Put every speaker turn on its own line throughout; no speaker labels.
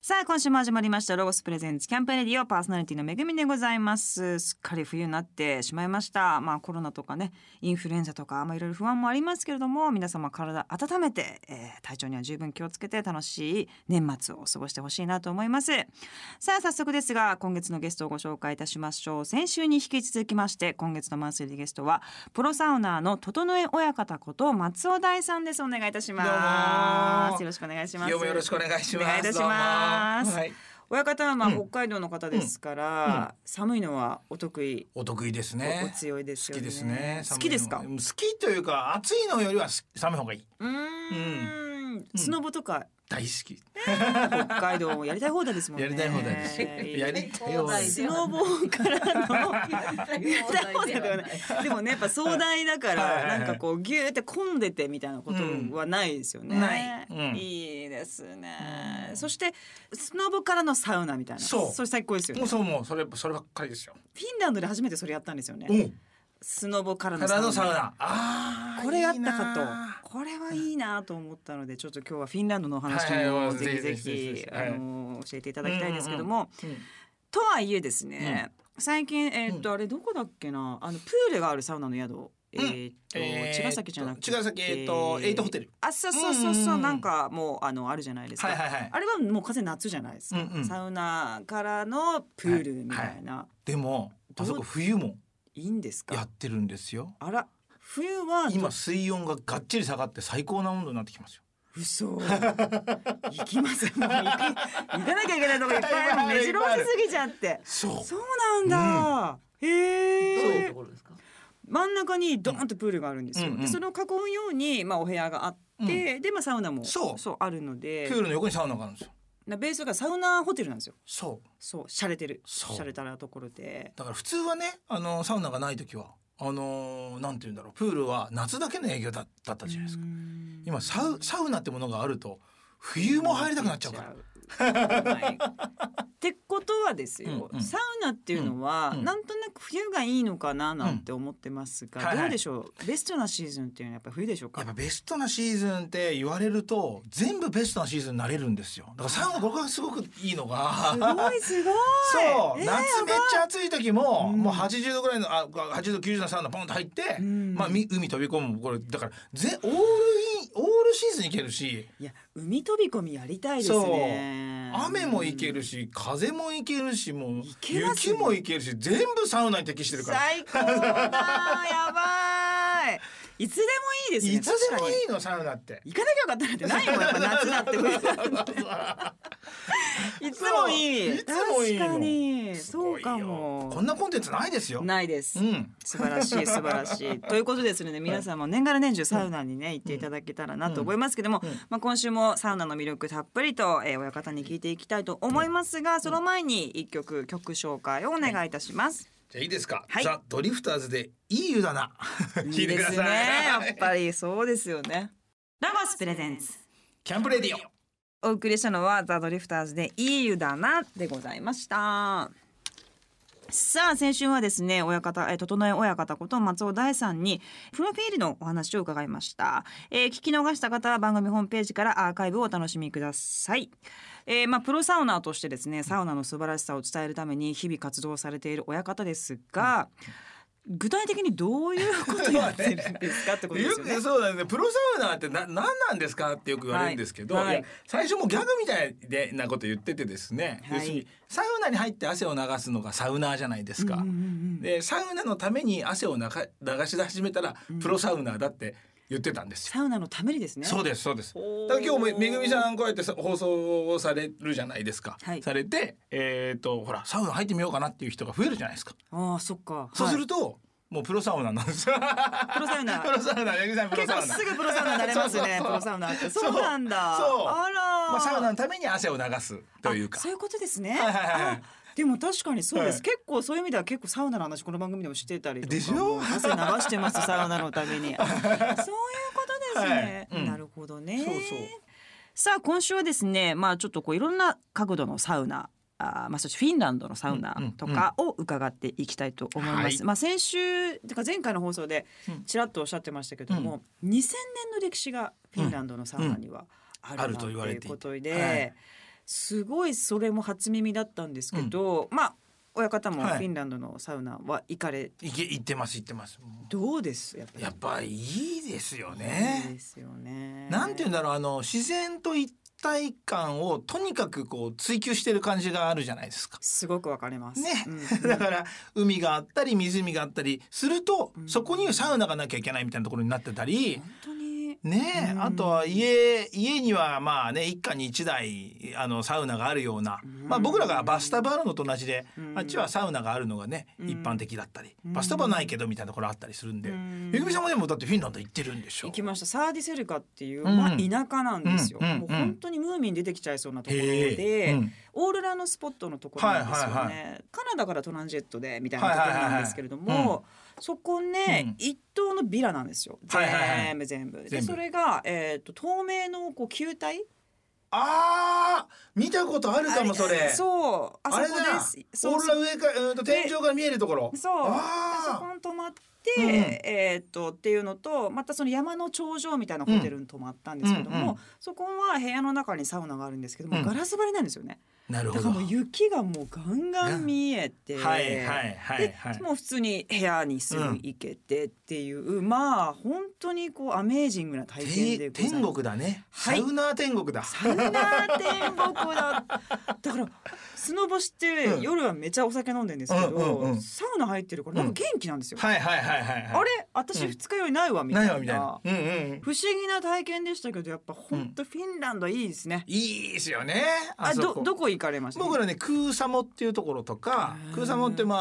さあ今週も始まりましたロゴスプレゼンツキャンペーンレディオパーソナリティのめぐみでございますすっかり冬になってしまいましたまあコロナとかねインフルエンザとかまあいろいろ不安もありますけれども皆様体温めて、えー体調には十分気をつけて楽しい年末を過ごしてほしいなと思いますさあ早速ですが今月のゲストをご紹介いたしましょう先週に引き続きまして今月のマンスリーゲストはプロサウナーの整え親方こと松尾大さんですお願いいたします
どう
よ
も
ろしくお願いします
今日もよろしくお願いします。
お願いいたします
どうもはい、
親方はまあ
うん
北海道の方ですから、
うんうん
寒いのはお得意、
お得意です
おお
ね。
強いです
好
よ
き
ね。
ですね。
好きですか
寒。いの好きというか暑いのよりは寒い方がいい。
うーん。スノボとか
大好き。
北海道をやりたい放題ですもんね。
やりたい放題 です。やりたい放題。
スノボからのではないでもねやっぱ壮大だか
はいはいは
ら
い
なんかこうギューって混んでてみたいなことはないですよね。
うんないうん
いいですね。
うん
そしてスノボからのサウナみたいな。
そう
それ最高ですよ
も
ね。
う
フ
そうもうそれそればっかりですよ。
ィンランドで初めてそれやったんですよね。
お
スノボからの
からのサウナ。ああ。
これやった
いい
か
な
とこれはいいなと思ったのでちょっと今日はフィンランドのお話
はいはい
を
はい
ぜひぜ
ぜひぜひ
ひ
ぜひ
あ
はい
の教えていただきたいんですけども、
ー。うん
とはいえですね、最近えーっと、あれどこだっけなあのプールがあるサウナの宿、えーっと、茅ヶ崎じゃなくて
茅ヶ崎えっとエイトホテル。
あそうそうそうそう、
うんうんうん
なんかもうあのあるじゃないですか、
はいはいはい。
あれはもう風夏じゃないですか、
うんうん
サウナからのプールみたいな、
でもあそこ冬も
い、いんです
や
か
ってるんですよ。
あら冬は
今水温ががっちり下がって最高な温度になってきますよ。
嘘行きますもう行く行かなきゃいけないとこいっぱいある
いっぱいある
目白押しすぎちゃって
そう
そうなんだ、
どう
へ
いう
え
ところですか。
真ん中にドーンとプールがあるんですよ、
うんうん
でそれを囲むようにまあお部屋があって、でまあサウナも
そう
あるので
プールの横にサウナがあるんですよ。
なベースがサウナホテルなんですよ
そう。
そう洒落てる
そう
洒落たなところで
だから普通はねあのサウナがない時はあのーなんて言うんだろうプールは夏だけの営業だだったじゃないですか
うん
今サウサウナってものがあると冬も入りたくなっちゃうから
はいってことはですよ、
うんうん
サウナっていうのは、
うんうん
なんとなく冬がいいのかななんて思ってますが、
うんはいはい
どうでしょうベストなシーズンっていうのはやっぱり冬でしょう
やっぱ
か
ベストなシーズンって言われると全部ベストなシーズンになれるんですよだからサウナこれがすごくいいのが
すごいすごい
そう、
えー
夏めっちゃ暑い時も、
うん
もう80度ぐらいのあ80度90度のサウナポンと入って、
うん
まあ、み海飛び込むこれだからぜオールインオールシーズンいけるし
いや海飛び込みやりたいですね
雨も行けるし、風も行けるし、もう
行けますね
雪も行けるし、全部サウナに適してるから。
最高だやばいいつでもいいですね
いつでも
確かに
いいのサウナって。
行かなきゃよかったなんてないもんやっぱ夏だって冬 だっていつもいい
そういつもいいの
確かに
すご
そう
いよ
かも
こんなコンテンツないですよ。
ないです
うん。
素晴らし い素晴らしいということですので皆さんも年がら年中サウナにね行っていただけたらなと思いますけども、
うんうん
まあ、今週もサウナの魅力たっぷりと、えー、親方に聞いていきたいと思いますがその前に一曲曲紹介をお願いいたします。
じゃあいいですか。
はい
ザドリフターズでいい湯だな。 聞いてください。
ですねやっぱりそうですよね。ラゴスプレゼンツ
キャンプレディオ。
お送りしたのはザ・ドリフターズでいい湯だなでございました。さあ先週はですね親方えー整え親方こと松尾大さんにプロフィールのお話を伺いました、えー聞き逃した方は番組ホームページからアーカイブをお楽しみください、えーまあ、プロサウナーとしてですねサウナの素晴らしさを伝えるために日々活動されている親方ですが具体的にどういうことやってるんですかってことで
よ
すよね
くそうだね。プロサウナーってな何なんですかってよく言われるんですけど、
はいはい
いや最初もギャグみたいでなこと言っててですね。
はい
要するにサウナに入って汗を流すのがサウナーじゃないです
う
か。
んうんうん
でサウナのために汗をなか流し始めたらプロサウナーだって言ってたんですよ。
サウナのためにですね
そうですそうです。
おー
だから今日もめぐみさんこうやってさ放送をされるじゃないですか。
はい
されてえっ、とほらサウナ入ってみようかなっていう人が増えるじゃないですか。
ああそっか
そうする
と、
と、もうプロサウナーなんですよ。
はいプロサウナ
プロサウナーめぐみさんプロ
結
サウ
構
ナー。
すぐプロサウナになれますね
そうそうそう
プロサウナってそうなんだ
そうそう
あら、
まあサウナのために汗を流すというか
あそ。ういうことですね、
はいはいはい
あでも確かにそうです、
はい
結構そういう意味では結構サウナの話この番組でもしてたりとか
でしょ
もう汗流してますサウナのため にあそういうことですね、
はいうん
なるほどね
そうそう
さあ今週はですねまあちょっとこういろんな角度のサウナあーまあ、そしてフィンランドのサウナとかを伺っていきたいと思います。
はい
まあ、先週てか前回の放送で
うん
ちらっとおっしゃってましたけども、2000年の歴史がフィンランドのサウナにはある
あると言われて
と
いて
いうことで、
はい
すごいそれも初耳だったんですけど、まあ親方も
はい
フィンランドのサウナは行かれ、
いけ行ってます行ってますも
どうですやっぱ
う
り
やっぱいいですよ
いい
ね
ですよね
なんて言うんだろうあの自然と一体感をとにかくこう追求してる感じがあるじゃないですか
すごくわかります
ね
うんうん
だから海があったり湖があったりすると
うん
そこにサウナがなきゃいけないみたいなところになってたり
本当に
ねえ
うん
あとは家家にはまあね一家に一台あのサウナがあるような
うん
まあ僕らがバスタブあるのと同じで
うん
あっちはサウナがあるのがね
うん
一般的だったり
うん
バスタブはないけどみたいなところあったりするんで
うん
めぐみさんもでもだってフィンランド行ってるんでしょ
行きましたサーディセルカっていう、まあ、
うん
田舎なんですよ、
うんうん
もう本当にムーミン出てきちゃいそうなところ
へ
で、
えうん
オーロラのスポットのところなんですよね、
はいはい
カナダからトランジェットでみたいなところなんですけれども、
はいはいはいは
そこね、
うん
一棟のビラなんですよ全部、
はいはいは
全部で
全部
それが、えー、と透明のこう球体
あー見たことあるかもそれ
そうあそ
あれ
こで
だ
す
オ
そ
ー
う
ロ
そ
ラ
う
上からうんと天井から見えるところ
そう
あー
そこに泊まって、
うん
えーっとっていうのとまたその山の頂上みたいなホテルに泊まったんですけども、
うんうんうん
そこは部屋の中にサウナがあるんですけども、
うん
ガラス張りなんですよね
なる
だからもう雪がもうガンガン見えて、
はいはいはいはい
でもう普通に部屋にすぐ行けてっていう、まあ本当にこうアメージングな体験で
て
ございます
天国だね、
はい
サウナー天国だ
サウナー天国だだからスノボして
うん
夜はめちゃお酒飲んでんですけど、
うんうんうん
サウナ入ってるからなんか元気なんですよ、
はいはいはいはいはい
あれ私
うん
二日酔いないわみた
ないい
な,、
わみたいなうんうん
不思議な体験でしたけどやっぱほんとフィンランドいいですね、
いいですよねあ
あ
そ
ど
こ
どこ行かれました
僕らねクーサモっていうところとか
へー
クーサモってま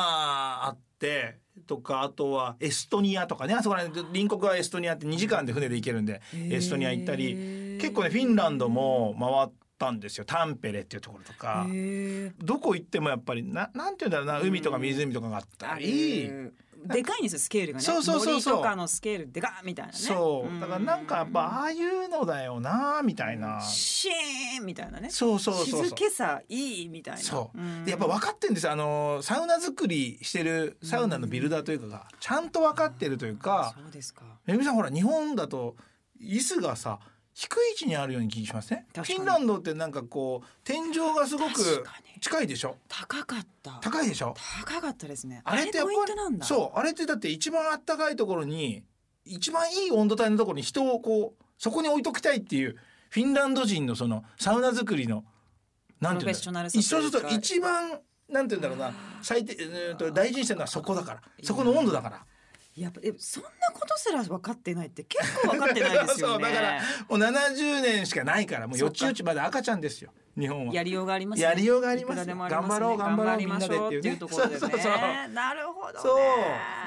ああってとかあとはエストニアとかねあそこら辺隣国はエストニアって2時間で船で行けるんでエストニア行ったり結構ねフィンランドも回ったんですよタンペレっていうところとか
へー
どこ行ってもやっぱりななんていうんだろうな
うん
海とか湖とかがあったり、
あるでかいんですよスケールがね
そうそうそうそう
森とかのスケールでかっみたいなね
そうだからなんかやっぱああいうのだよなみたいな、
シーンみたいなね
そうそうそうそう
静けさいいみたいな
そう
うん
でやっぱ分かってるんですよあのサウナ作りしてるサウナのビルダーというかがちゃんと分かってるというか
そうですか
めぐみさんほら日本だと椅子がさ低い位置にあるように気がしますねフ
確かに
ィンランドってなんかこう天井がすご
確
く
かに
近いでしょ
高かった
高いでしょ
高かったですね
あれってやっ
ポイン
ぱ
トなん
り
だ
そうあれってだって一番あったかいところに一番いい温度帯のところに人をこうそこに置いときたいっていうフィンランド人のそのサウナ作りのなんていう
プロ
んだろう
フェッショナルさという
一
か
そうすると一番なんていうんだろうな最低、えー、と大事にしてるのはそこだからそこの温度だから
やっぱえそんなことすら分かってないって結構分かってないですよね
そうだからもう70年しかないからもうよちよちまだ赤ちゃんですよ日本は
や。りようがありますね
やりようがあります
いくらでもあり
頑張ろう頑張ろう
りましょうっていうところでね
みんなでっていうねそうそう
なるほどね
そうこ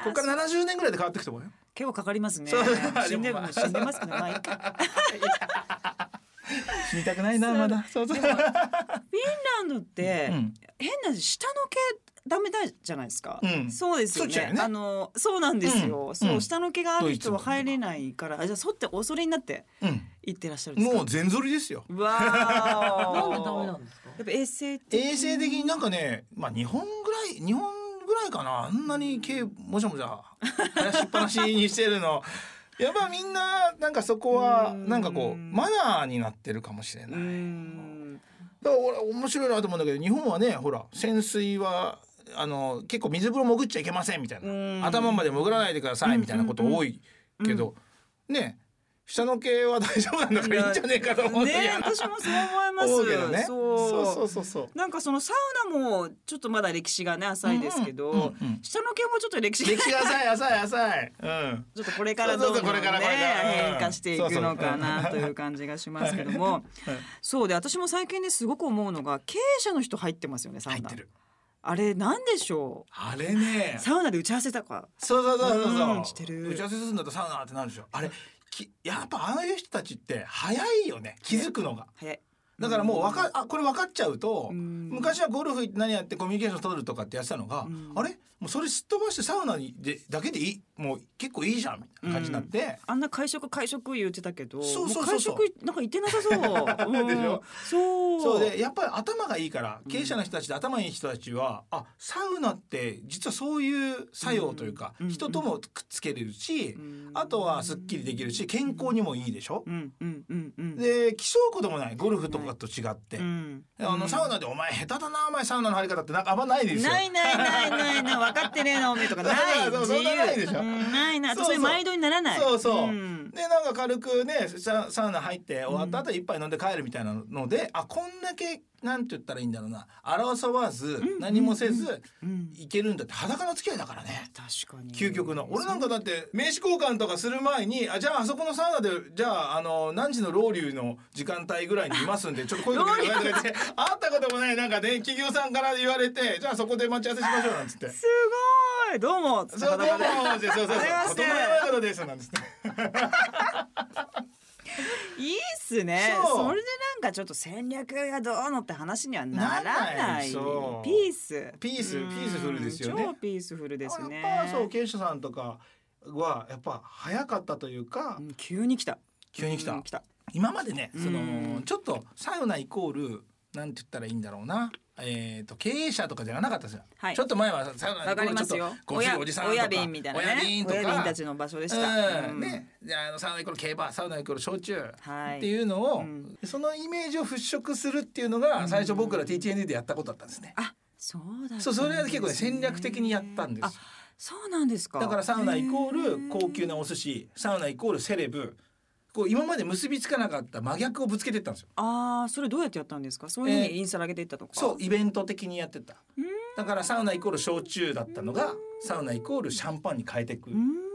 こから70年ぐらいで変わっていくと思うよ。
結構かかりますね
そう
死んで
でもまあ
死んでますけどまあいいか
死にたくないな
そう
まだ。そうそう
フィンランドって、
うん
変な下の毛ダメだじゃないですか、
うん
そうですよ
剃っちゃう
ね
よね
あのそうなんですよ、
うん
そう、
うん
下の毛がある人は
ドイツも
入れないからあじゃあ剃って恐れになって
うん
行ってらっしゃるんですか
もう全剃りですよ。
うわー
なんでダメなんですか
やっぱ衛生的
衛生的になんかね、まあ日本ぐらい日本ぐらいかなあんなに毛もじゃもじゃ生やしっぱなしにしてるの。 やっぱみんななんかそこは
うん
なんかこうマナーになってるかもしれ
うー
ない。
ん
だから俺面白いなと思うんだけど日本はねほら潜水はあの結構水風呂潜っちゃいけませんみたい
うん
な頭まで潜らないでくださいみたいなこと多いけど、ね下の毛は大丈夫なんだからいいんじゃねえかと思って
ね
やな
私もそう思います
思うけどね。
そう
そうそうそうそう。
なんかそのサウナもちょっとまだ歴史がね浅いですけど、
うんうんうん
下の毛もちょっと歴史が
歴史 が浅い浅い浅い。うん。
ちょっとこれからどんどん
そうそう
ね
これからこれからうん
変化していくのかなという感じがしますけども
はい
そうで私も最近ですごく思うのが経営者の人入ってますよねサウ
入っ
ナ
てる。
あれなんでしょ
あれね
う。サウナで打ち合わせとか
そうそうそうそうそう。
うんしてる
打ち合わせするんだったらサウナってなるでしょ。あれ、きやっぱああいう人たちって早いよね。気づくのが。
早い
だからもうわか、あ、これ分かっちゃうと、
うん
昔はゴルフ行って何やってコミュニケーション取るとかってやってたのが、
うん
あれもうそれすっ飛ばしてサウナにでだけでいいもう結構いいじゃんみたいな感じになって、
あんな会食会食言ってたけど、
そうそうそうそう
も会食なんか行ってなさ そう。うん
でしょ
そう。
そうでやっぱり頭がいいから経営者の人たちで頭いい人たちは、あサウナって実はそういう作用というか、
うん
人ともくっつけれるし
う、ん
あとはすっきりできるし健康にもいいでしょ、
うんうんうんうん。
で競うこともないゴルフとかと違って、
うん、
あのサウナで「お前下手だなお前サウナの入り方」ってなんかあんまないですよ。
ないないないないない分かってねえなおめえとかない
そう
自
そうそ
由
んなないでしょ
うんないなあとそ
そう
れ
そう
毎度にならない
そうそう
うん
でなんか軽くねササウナ入って終わった後一杯飲んで帰るみたいなので、あこんだけなんて言ったらいいんだろうな争わず
ん
何もせず
うん
いけるんだって裸の付き合いだからね
確かに
究極の俺なんかだって名刺交換とかする前にあじゃああそこのサウナでじゃああの何時のロウリュの時間帯ぐらいにいますんでちょっと 声かけてくださいとか言って会ったこともないなんかね企業さんから言われてじゃあそこで待ち合わせしましょうなんつって。
すごいどうも
そうどうも
裸で
そうそうそう
ありがとうございます
整えながらですなんつって。
いいっすね
そ
そうれでなんかちょっと戦略がどうのって話にはならない
ならないそう
ピース
ピース
うん
ピースフルですよね
超ピースフルですね
やっぱそう経営者さんとかはやっぱ早かったというか、
うん急に来た
急に来た、
うん来た
今までねその、
うん
ちょっとサウナイコールなんて言ったらいいんだろうな。えー、と経営者とかじゃなかったですよ、
はい
ちょっと前はサウ
わ
ナイコ
か
ー
り
ルち
ま
ょっ
すよ
とご主人おじさんとか
親瓶みたいなね
親瓶とか
親瓶たちの場所でした
うん
うん
ねであのサウナイコール競馬サウナイコール焼酎っ
はい
ていうのを、
うん
そのイメージを払拭するっていうのが最初僕ら TTND でやったことだったんですね、
あそうだったんですね
そうそれは結構ね戦略的にやったんですよ
あそうなんですか
だからサウナイコール高級
な
なお寿司サウナイコールセレブこう今まで結びつかなかった真逆をぶつけてったんですよ
ああそれどうやってやったんですかそういうふう
えー
にインスタ上げていったとか、
そうイベント的にやってた
うん
だからサウナイコール焼酎だったのがサウナイコールシャンパンに変えていくっ
うーん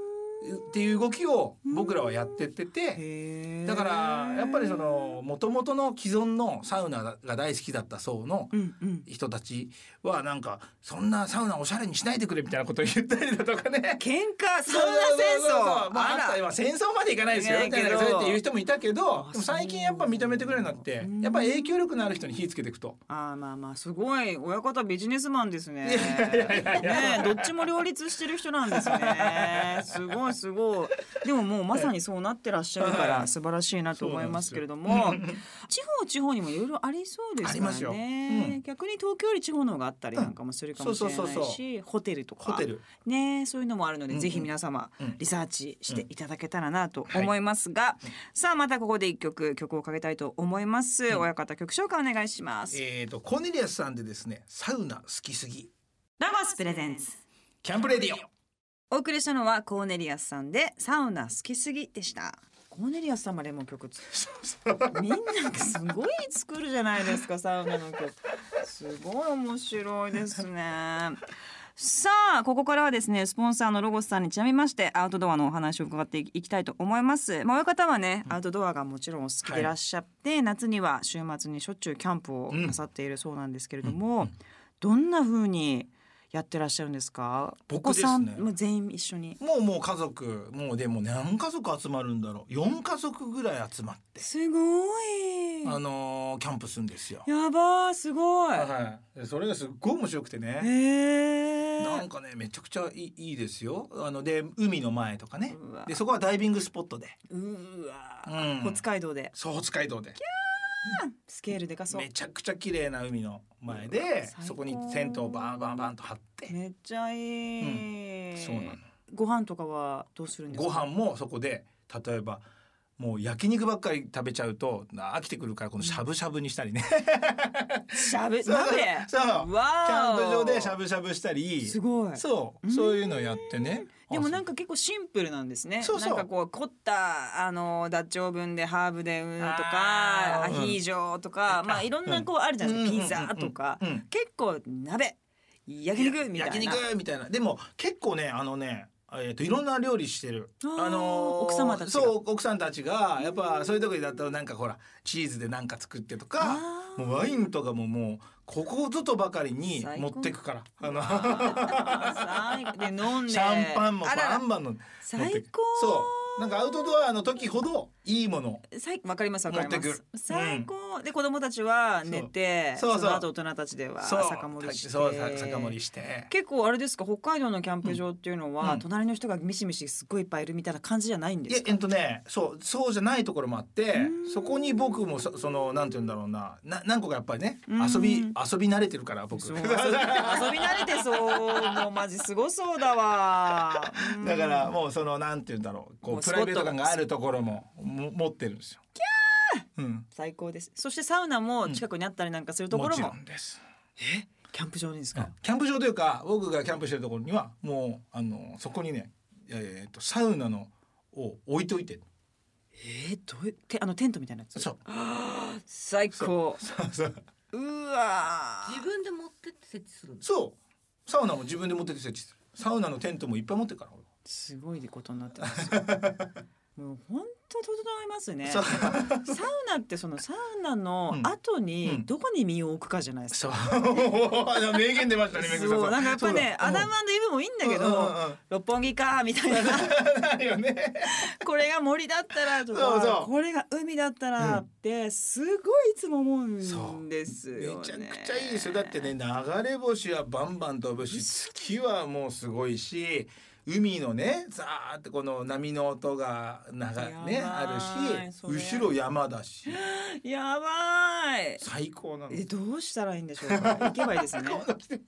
ていう動きを僕らはやってってて
へー
だからやっぱりその元々の既存のサウナが大好きだった層の
うんうん
人たちはなんかそんなサウナおしゃれにしないでくれみたいなことを言ったりだとかね
喧嘩
そ
サウナ戦争
まあ、あった今戦争までいかないですよ
いかない
みたいな
けど
そうやって言う人もいたけど
あ
でも最近やっぱ認めてくれるようになって
うん
やっぱ影響力のある人に火つけていくと。
あーまあまあすごい親方ビジネスマンですね。
いやいやいやい
ね
や
えどっちも両立してる人なんですね。すごいすごい。でももうまさにそうなってらっしゃるか
は
ら
い
素晴らしいなと思いますけれど
そう
も
な、んですよ
地方地方にもいろいろありそうですか
ありますよ
ら
う
ね。
ん
逆に東京より地方の方があったりなんかもするかもしれ
そ
な
うそう
い
そう
し、ホテルとか
ホテル
ねえそういうのもあるので、
うんうん
ぜひ皆様
うん
リサーチしていただけたらなと思いますが、さあまたここで一曲曲をかけたいと思います。親方曲紹介お願いします。
えーとコーネリアスさんでですねサウナ好きすぎ
ラバスプレゼンツ
キャンプレディオ
お送りしたのはコーネリアスさんでサウナ好きすぎでしたコーネリアスさんまでも曲つみんなすごい作るじゃないですかサウナの曲すごい面白いですねさあここからはですねスポンサーのロゴスさんにちなみましてアウトドアのお話を伺っていきたいと思いますまあ親方はねアウトドアがもちろんお好きでいらっしゃって、夏には週末にしょっちゅうキャンプをなさっているそうなんですけれども、どんな風にやってらっしゃるんですか
僕
お子さん
ですね
も全員一緒に
もうもう家族もうでも何家族集まるんだろう4家族ぐらい集まって
すごい
あのーキャンプするんですよ。
やばーすごい
はいでそれがすっごい面白くてね
へえ
なんかねめちゃくちゃいいいいですよ。あので海の前とかね
うわ
でそこはダイビングスポットで、
うわ
う
ー
ん、
北海道で
そう北海道で
スケールでかそう
めちゃくちゃ綺麗な海の前で
最高
そこにテントをバンバンバンと張って、
めっちゃいい
そうなの
ご飯とかはどうするんです
ご
か
飯もそこで例えばもう焼肉ばっかり食べちゃうとな飽きてくるからこのしゃぶしゃぶにしたりね
しゃべ鍋
そうそう
わー
キャンプ場でしゃぶしゃぶしたり
すごい
そうそういうのやってね
でもなん
か
か結構シンプルなんですね。
そうそう
なんかこう凝ったあのダッチオーブンでハーブでうんと
あ
かア
ー
ヒージョとか、まあいろんなこうあるじゃないですか。ピザとか、
うんうんうんうん
結構鍋焼肉みたいな。
焼肉みたいなでも結構ねあのねえー、といろんな料理してる、
あー
あのー
奥様たちが
そう奥さんたちがやっぱそういう時だったらなんかほらチーズでなんか作ってとか
あー
もうワインとかももうここぞとばかりに持ってくからあの
あー最高で飲んで
シャンパンも
あらら
バンバンの
最高
持ってくそなんかアウトドアの時ほどいいもの
最わかりますわかりま
持って
す
く。
最高、で子供たちは寝て、
そうそうそう
の後大人たちでは
そう
酒盛りして。
そうさ酒盛りして
結構あれですか北海道のキャンプ場っていうのは、
うん
隣の人がミシミシすっごいいっぱいいるみたいな感じじゃないんで
いや
すか。
えっとねそうそうじゃないところもあって
うん
そこに僕もそそのなんて言うんだろうなな何個かやっぱりね
うん
遊び遊び慣れてるから 僕
そう遊び遊び慣れてそうもうマジすごそうだわ。うん
だからもうそのなんて言うんだろうこ
も
う
う
プ
ス
ラ
ポ
イ
ット
ベート感があるところもも持ってるんですよ。キャー、うん、
最高です。そしてサウナも近くにあったりなんかするところも
もちろんです。
キャンプ場にですか。
キャンプ場というか僕がキャンプしてるところにはもうあのそこにね、えー、とサウナのを置いといて
えー、どういうてあのテントみたいなやつ。
そう
最高。
そうそう
うわー。
自分で持ってって設置するんです
そうサウナも自分で持ってって設置するサウナのテントもいっぱい持ってるから俺
すごいことになってます よ。もう本当整いますね。
そう
サウナってそのサウナの
うん
後
う
に
ん
どこに身を置くかじゃないですか。
そう 名言出ましたねめぐみさ
そうなんかやっぱね
そう
アダムイブもいいんだけど六本木かみた いな
あるよね
これが森だったらと
そうそ
か
う
これが海だったらってすごいいつも思うんです
め
よね。
ちゃくちゃいいですよだってね流れ星はバンバン飛ぶし月はもうすごいし海のねザーってこの波の音がながね
やばい
あるし
それ
後ろ山だし
やばい。
最高なの
えどうしたらいいんでしょう か。行けばいいですね。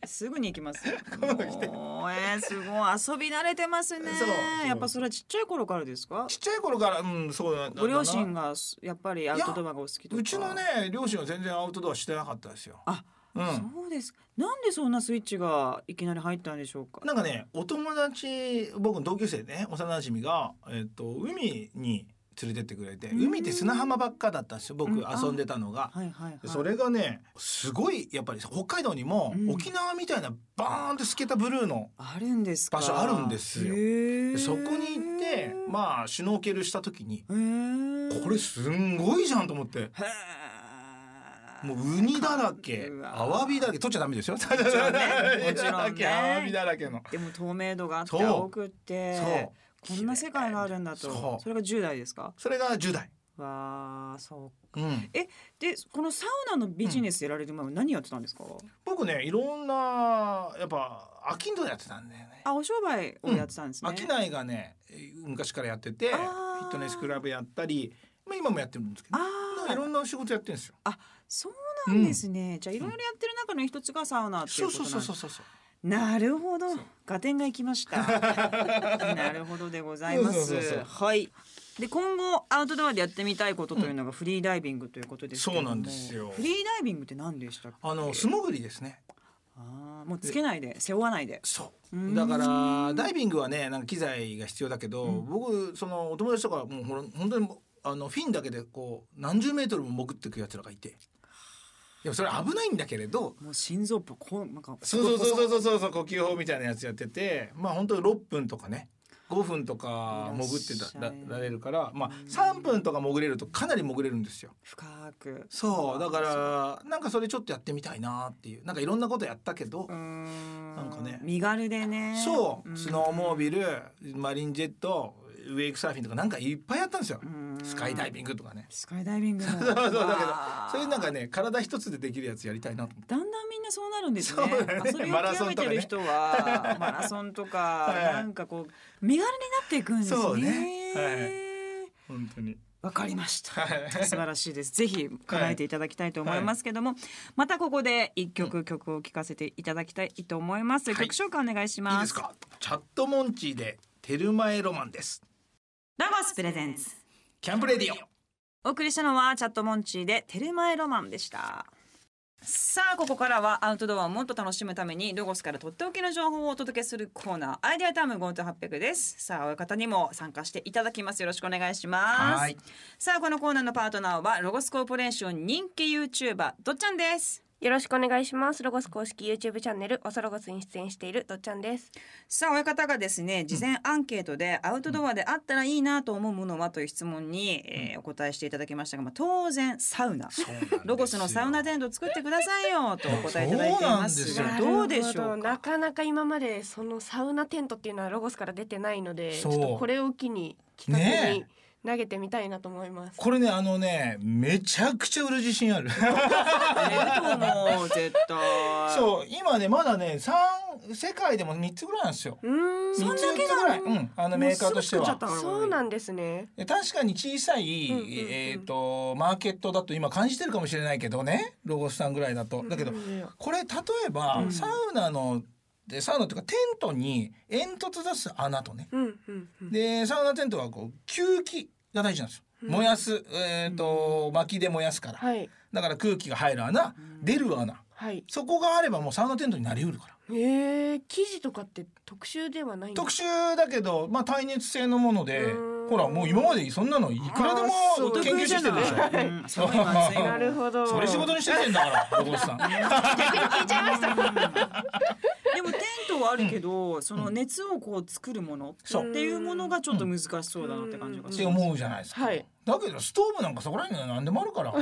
すぐに行きますよ。もうえーすごい遊び慣れてますね
そうそう。
やっぱそれはちっちゃい頃からですか
ち。っちゃい頃からうんそうなんだな
ご両親がすやっぱりアウトドアがお好きとか。
うちのね。両親は全然アウトドアしてなかったですよ
あ、
うん
そうです。なんでそんなスイッチがいきなり入ったんでしょうか。
なんかねお友達僕の同級生ね幼馴染がえっと海に連れてってくれて
うん
海って砂浜ばっかだったんですよ僕
うんあ
遊んでたのが
はいはいはい。
でそれがねすごいやっぱり北海道にも
うん
沖縄みたいなバーンって透けたブルーの
あるんですか。
場所あるんですよ
へー
でそこに行って
あ。
まあシュノーケルした時に
へー
これ。すんごいじゃんと思って
へー
もうウニだらけ
うわ
アワビだらけ取っちゃダメで すよウニ
ろ
だ
んね
らけアワビだらけの
でも透明度があって
そう
青くって
そう
こんな世界があるんだと
そ
そうれが10代ですか
それが10代
わあそう
うん
でこのサウナのビジネスやられる前は何やってたんですか、
僕ねいろんなやっぱ飽きんどやってたんだよね
あお商売をやってたんですね、
飽きないがね昔からやっててフ
あー
ィットネスクラブやったりまあ今もやってるんですけど
あ
なんかい
あ
ろんな仕事やってるんですよ
そうなんですね、じゃあいろいろやってる中の一つがサウナってい
そうう
こと
そう
なん
そう
です
そうそうそう
なるほど
そう
合点がいきました なるほどでございま
そうそうそう
す
そう
はいで今後アウトドアでやってみたいことというのがフリーダイビングということですけれども
そうなんですよ
フリーダイビングって何でしたっけ
あの素潜りですね
あーもうつけないで背負わないで
そううんだからダイビングはねなんか機材が必要だけど、
うん
僕そのお友達とかもうほら本当にもうあのフィンだけでこう何十メートルも潜ってくやつらがいてでもそれ危ないんだけれど
もう心臓ポこうなんか
そうそうそうそうそうそう呼吸法みたいなやつやっててまあ本当に6分とかね5分とか潜ってらられるからまあ3分とか潜れるとかなり潜れるんですよ
深く
そうだからなんかそれちょっとやってみたいなっていうなんかいろんなことやったけど
うーん
なんかね
身軽でね
そうスノーモー
ル
ビルマリンジェットウェイクサーフィンとかなんかいっぱいやったんですよスカイダイ
ング
ビングとかね
スカイダイビングも
そうそうだけど
わー
そういうなんかね体一つでできるやつやりたいなと思って
だんだんみんなそうなるんです
そ
ね
うだね
遊びを極めてる人はマラソンとか
はい
なんかこう身軽になっていくんです
そう
ね
ね本当に
わかりました
はい
素晴らしいです。ぜひ叶えていただきたいと思いますけども、またここで一曲曲を聴かせていただきたいと思います。
はい
曲紹介お願いします。
いいですかチャットモンチーでテルマエロマンです
ラバスプレゼンツ。
キャンプレディオ
お送りしたのはチャットモンチーでテルマエロマンでした。さあここからはアウトドアをもっと楽しむためにロゴスからとっておきの情報をお届けするコーナーアイデアタイム GoTo800 ですさあ親方にも参加していただきますよろしくお願いします
はい
さあこのコーナーのパートナーはロゴスコーポレーション人気 YouTuber どっちゃんです
よろしくお願いしますロゴス公式 YouTube チャンネルおそロゴスに出演しているどっちゃんです
さあ親方がですね事前アンケートでアウトドアであったらいいなと思うものはという質問に、えーお答えしていただきましたが、まあ、当然サウナ
そうなんですよ
ロゴスのサウナテント作ってくださいよとお答えいただいています
そう
が
な
どうでしょ
なるほ
う
どな
か
かなか今までそのサウナテントっていうのはロゴスから出てないので
そう
ちょっとこれを機に企画に
ね
投げてみたいなと思います。
これねあのねめちゃくちゃ売る自信ある
もう絶対。
そう今ねまだね三世界でも3つぐらいなんですよ
うーん
そん
3
だ
つ
けなの
四つぐらい、うん、あのメーカーとして
もうす
は
ぐ作っちゃったの
そうなんですね。
で確かに小さい、
うんうんうん
えっ、とマーケットだと今感じてるかもしれないけどねロゴスさんぐらいだとだけど
うん
これ例えば、
うん
サウナのでサウナというかテントに煙突出す穴とね
うんうんうん。
でサウナテントはこう吸気が大事なんですよ。
うん
燃やす、えっ、と薪で燃やすから、
はい
だから空気が入る穴、出る穴
はい。
そこがあればもうサウナテントになりうるから
ええ記事とかって特集ではないんですか
特殊だけど、まあ、耐熱性のもので
うん
ほらもう今までそんなのいくらでも
あー
研究してきてるでしょ
お得意じゃな い
うん寒いも暑いも
なるほど。
それ仕事にしてきてんだ からロボスさん
聞いちゃいました。 でもテントはあるけど、その熱をこう作るもの
そう
っていうものがちょっと難しそうだなって感じが
っ
してま
思うじゃないですか、
はい
だけどストーブなんかそこら辺に何でもあるから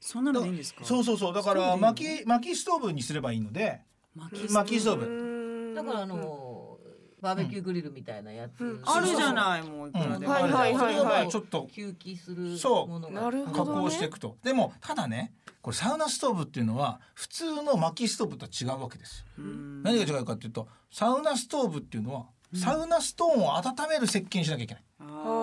す。そんなのでいいんですか。
そうそうそうだから薪薪ストーブにすればいいので
薪
薪ストーブ
ブ
だからあのバーベキューグリルみたいなやつ、
うん
あるじゃ
い
ないもういくらでも。
はいはいはいはい
ちょっと
吸気する
そう
ものが
なる
加
ほど
工
ね。
していくと、でもただねこれサウナストーブっていうのは普通の薪ストーブとは違うわけですよ、
うん
何が違うかっていうとサウナストーブっていうのはサウナストーンを温める設計にしなきゃいけない、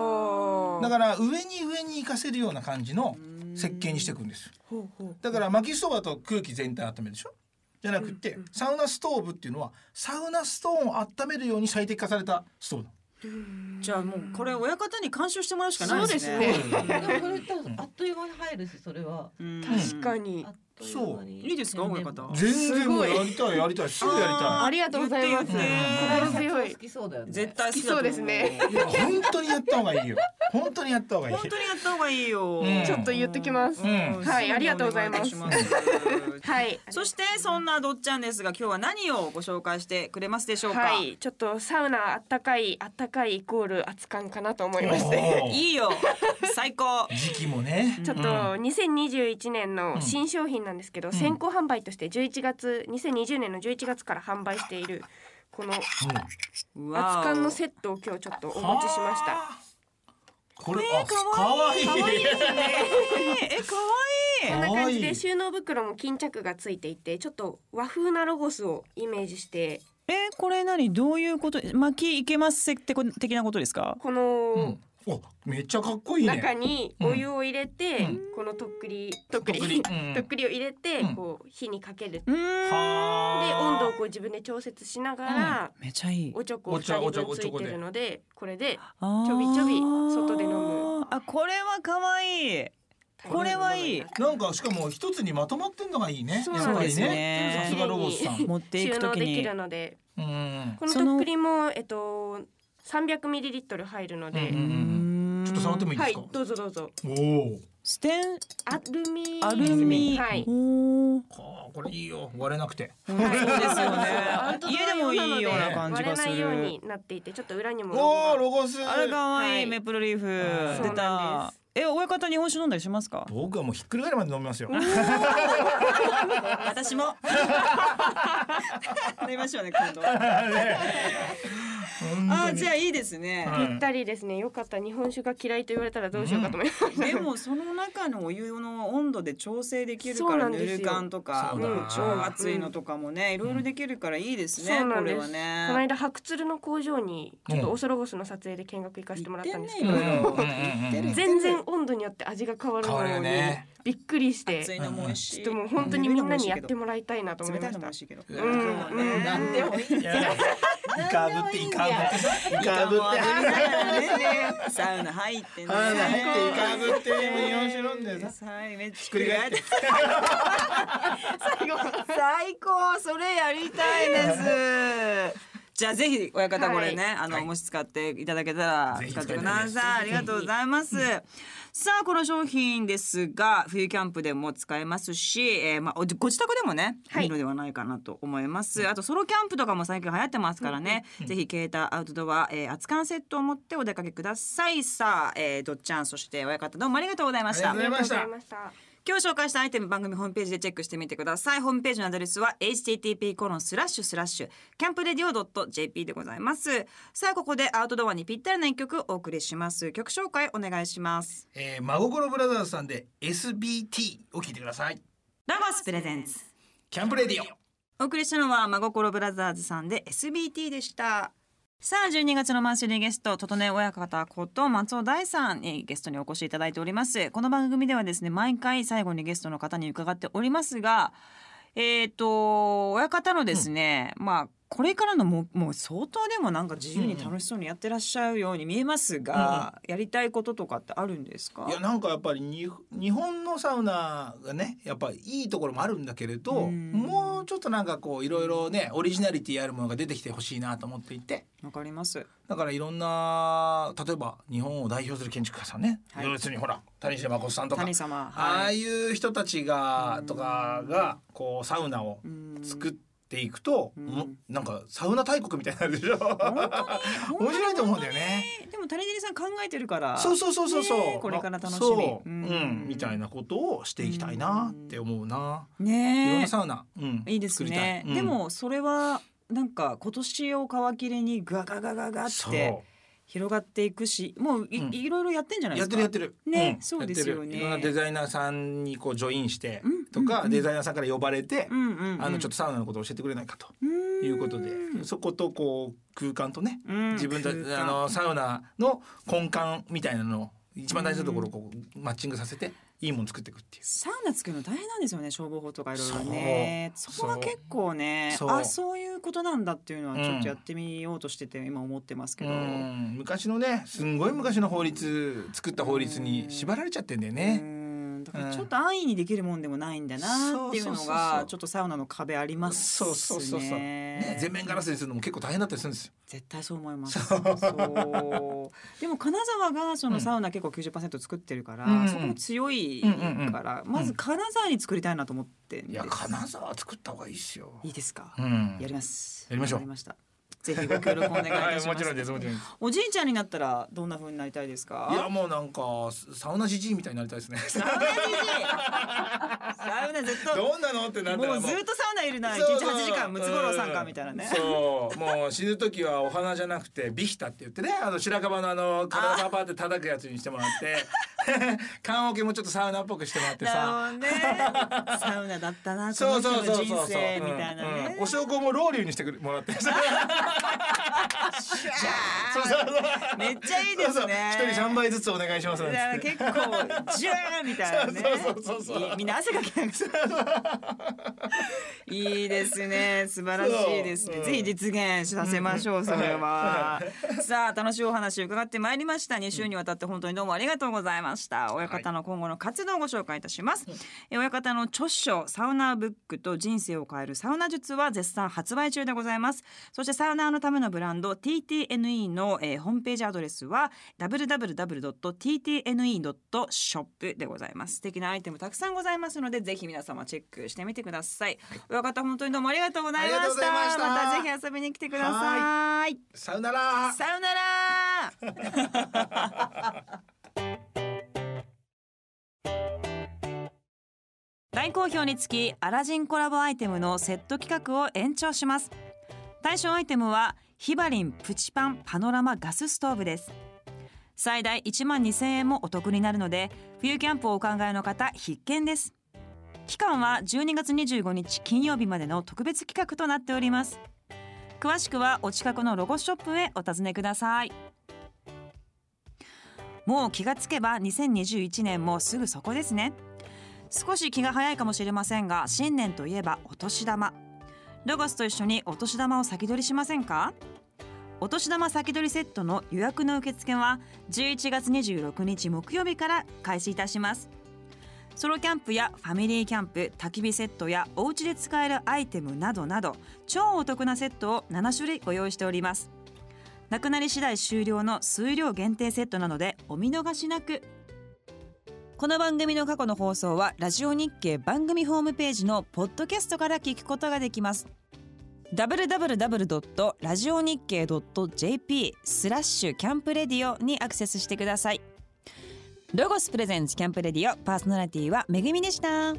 あ
だから上に上に行かせるような感じの
ー
設計にしていくんですよ
ほうほう。
だから薪ストーブだと空気全体温めるでしょじゃなくて、サウナストーブっていうのはサウナストーンを温めるように最適化されたストーブなの
じゃあもうこれ親方に監修してもらうしかないです
そう
ね。
です
でもこれ多分あっという間に入るしそれは
うん
確かに
あ。っという間に
いいですか親方
全
全然
す
然も
ご
う
い
やりたいやりたいすぐや
ありがとうございます
言って言って
うん強い
好きそうだよね
絶対好きだと思
好きそうですね
りたいいや本当にやった方がいいよ本当にやった方がいい
本当にやった方がいいよ
うん。
ちょっと言ってきます
うん
はいありがとうございます
お願いいたします
はい。
そしてそんなどっちゃんですが今日は何をご紹介してくれますでしょうか、、
はいい、ちょっとサウナあったかいあったかいイコール熱感かなと思いまして。
おー
いよ最高
時期もね
ちょっ
う
と
ん
2021年の新商品なんですけど、
ん
先行販売として11月2020年の11月から販売しているこの
うわお
熱感のセットを今日ちょっとお持ちしました。
はーこれ
えー
あ
か
か
わ
わ
い
い
い
い
ええ可愛い
こ
い
んな感じ
可愛
で
い
収納袋も巾着がついていてちょっと和風なロゴスをイメージして
えこれ何どういうこと巻きいけますせってこ的なことですか
こ
う
の
んおめっちゃかっこいいね
中にお湯を入れて、
うん
このとっくりとっく
とっくり
り
うん
とっくりを入れて
うん
こう火にかけるで
うーん
温
温
度をこう自分で調節しながら
めちゃいい
おちょこ2人分ついてるのでこれで
あー
ちょびちょび外で飲む
あこれは可愛いこれはいい
なんかしかも一つにまとまってんのがいいね
そう
やっぱり
そうです
ね
ね
さすがロボスさん
持っていく
収
と
納
き
でき
に
るので
うん
このとっくりもえっと 300ml 入るので、
うん
うん
ちょっと触ってもいいで
は
す
い
か、
どうぞどうぞ
おお
ステン
アルミ
アルミ
はい
おー
あーこれいいよ割れなくて
そうですよね
アウトドア
家でもいいような
用
感
の
じ
で
がす
割れないよう
る
になっていてちょっと裏にも
おお
ロゴが
ロゴス
あれ可愛い、
はい
メープルリーフ
うん
出
そうなん
た
で。
え、親方日本酒飲んだりしますか。
僕はもうひっくり返るまで飲みますよ
私も。飲みましょうね、今度。あー、 じゃあいいですね。
はい
ぴったりですねよかった日本酒が嫌いと言われたらどうしようかと思いま す、
でも、その中のお湯の温度で調整できる
そ
か
う
ら、
なん
ぬ
ですよ
る感とか、
そう
も
だ
う超熱いのとかもね、いろいろできるからいいですね。
そうな
こ
ん
れ
です
は
この
ね。
間白鶴の工場にちょっ
うん
とオソロゴスの撮影で見学行かせてもらったんですけど、
行ってんね
うんうんうんうん
全然温度によって味が変わる
変わる
の
よ
に、
ね
びっくりし
熱
て
いのも美味しい。
でも本当にみんなにやって
も
もらいたいなと思
冷
い
た
ま
いのも美
した
味しいけど。
うん
今日はね
うん
なんでもいい
いやイカぶってイカぶってイ
イカ
カぶ
ぶ
っ
って
て
サウナ入ってね。
サウナ入ってイカぶって
最高
日本酒飲んで
はい、めっちゃひっ
くり返って
最高、それやりたいです。 じゃあぜひ親方これね、あの、
はい
もし使っていただけたら
ぜひ
使
使
っ
ってて
く
く
ださい
だ
あ
さ
りがとうございます、さあこの商品ですが冬キャンプでも使えますし、えーまあ、おご自宅でもね、
はい
いいのではないかなと思いますあとソロキャンプとかも最近流行ってますからね、ぜひ携帯アウトドア、えー、熱感セットを持ってお出かけくださいさあ、えー、どっちゃんそして親方どうもありがとうございました
ありがとうございました
ありがとうございました
今日紹介したアイテム番組ホームページでチェックしてみてくださいホームページのアドレスは http コロンスラッシュスラッシュキャンプレディオドット .jp でございますさあここでアウトドアにぴったりな一曲お送りします曲紹介お願いします
えー、真心ブラザーズさんで SBT を聞いてください
ラバスプレゼンツ
キャンプレディオ
お送りしたのは真心ブラザーズさんで SBT でしたさあ12月のマンスリーゲストととね親方こと松尾大さんにゲストにお越しいただいておりますこの番組ではですね毎回最後にゲストの方に伺っておりますがえっ、と親方のですね、まあこれからのももう相当でもなんか自由に楽しそうにやってらっしゃるように見えますが、やりたいこととかってあるんですか
いやなんかやっぱりに日本のサウナがねやっぱいいところもあるんだけれど、
うん
もうちょっとなんかこういろいろねオリジナリティあるものが出てきてほしいなと思っていて
わかります
だからいろんな例えば日本を代表する建築家さんね、
はい
要するにほら谷島誠さんとか
谷様
ああ
い
いう人たちがとかがこうサウナを
うん
作っていくと、
うん
もなんかサウナ大国みたいになるでしょ。
本当に
面白いと思うんだよね。
でも谷尻さん考えてるから
そうそうそうそうそう、
ねえこれから楽しみ
そう、
う
うんん、みたいなことをしていきたいなって思うな。いろん
ね
なサウナ、うん、
えいいです
作りた
ね
い、うん
でもそれはなんか今年を皮切りにガガガガガっ
そう
て広がっていくしもうい,、
うん
ろいろやってんじゃない
や
で
っ
すか
てるやってる。
ね
ん
そうですよね
やってるいろんなデザイナーさんにこうジョインして
うん
とか、
うん
デザイナーさんから呼ばれて、
うんうんうん
あのちょっとサウナのことを教えてくれないかと
う
い
いう
ことで、そことこう空間とね、自分たあのサウナの根幹みたいなのを一番大事なところをこうマッチングさせていいもの作っていくっていう。
サウナ作るの大変なんですよね消防法とかいろいろねそ
そう
こが結構ね
そう
あそういうことなんだっていうのは
うん
ちょっとやってみようとしてて今思ってますけど、
うん昔のねすんごい昔の法律作った法律に縛られちゃってんだよ
う
ね。
んだか
う
ら
ん
ちょっと安易にできるもんでもないんだなっていうの
そうそうそうそ
が
う
ちょっとサウナの壁ありますね。
そうそうそうそうね、全面ガラスにするのも結構大変だったりするんですよ。
絶対そう思います。そうでも金沢がそのサウナ結構90%作ってるから、
うん
そこも強いから、まず金沢に作りたいなと思ってんです
いや金沢作った方がいいっすよ。
いいですか、
うん。
やります。
やりましょう
わかした。ぜひご協力お願いいたし
は
ま。
もちろんですすもちろんです。
おじいちゃんになったらどんな風になりたいですか？
いやもうなんかサウナじじいみたいになりたいです ね。
サウナじじいサウナずっと
どうなのってなった
も
ら
うずっとサウナいるな一
そう
日
そう
八時間ムツゴロウさんかみたいなね
うんそうもう死ぬ時はお花じゃなくてビヒタって言ってねあの白樺のあの体パパって叩くやつにしてもらって 棺桶もちょっとサウナっぽくしてもらって
なる
さ。
ほどねサウナだったなこ
そ
の
う
人
そう
の
そう
人
そうそう。
生みたいな
うん
ね
うんお証拠もロウリュにしてくれもらって。 そうそうそう。
めっちゃいいで
そうそ
す
う
ね
一人三杯ずつお願いしますなんつって。
結構ジューンみたいなね
そうそうそうそう
いいみんな汗かきなが らいいですね素晴らしいですね、
そう
ぜひ実現させましょう、それは、さあ楽しいお話伺ってまいりました2週にわたって本当にどうもありがとうございました親方の今後の活動をご紹介いたします、え親方の著書サウナーブックと人生を変えるサウナ術は絶賛発売中でございますそしてサウナーのためのブランド TTNE の、えーホームページアドレスは www.ttne.shop でございます素敵なアイテムたくさんございますのでぜひ皆様チェックしてみてください親方本当にどうもありがとうございま
ありがとう
し
ございま
た
した
またぜひ遊びに来てください
さよなら。
さよなら大好評につきアラジンコラボアイテムのセット企画を延長します対象アイテムはヒバリンプチパンパノラマガスストーブです最大1万2000円もお得になるので冬キャンプをお考えの方必見です期間は12月25日金曜日までの特別企画となっております詳しくはお近くのロゴショップへお尋ねくださいもう気がつけば2021年もすぐそこですね少し気が早いかもしれませんが新年といえばお年玉ロゴスと一緒にお年玉を先取りしませんかお年玉先取りセットの予約の受付は11月26日木曜日から開始いたしますソロキャンプやファミリーキャンプ焚き火セットやお家で使えるアイテムなどなど超お得なセットを7種類ご用意しておりますなくなり次第終了の数量限定セットなのでお見逃しなくこの番組の過去の放送はラジオ日経番組ホームページのポッドキャストから聞くことができます www.radionickei.jp スラッシュキャンプレディオにアクセスしてくださいロゴスプレゼンツキャンプレディオパーソナリティはめぐみでした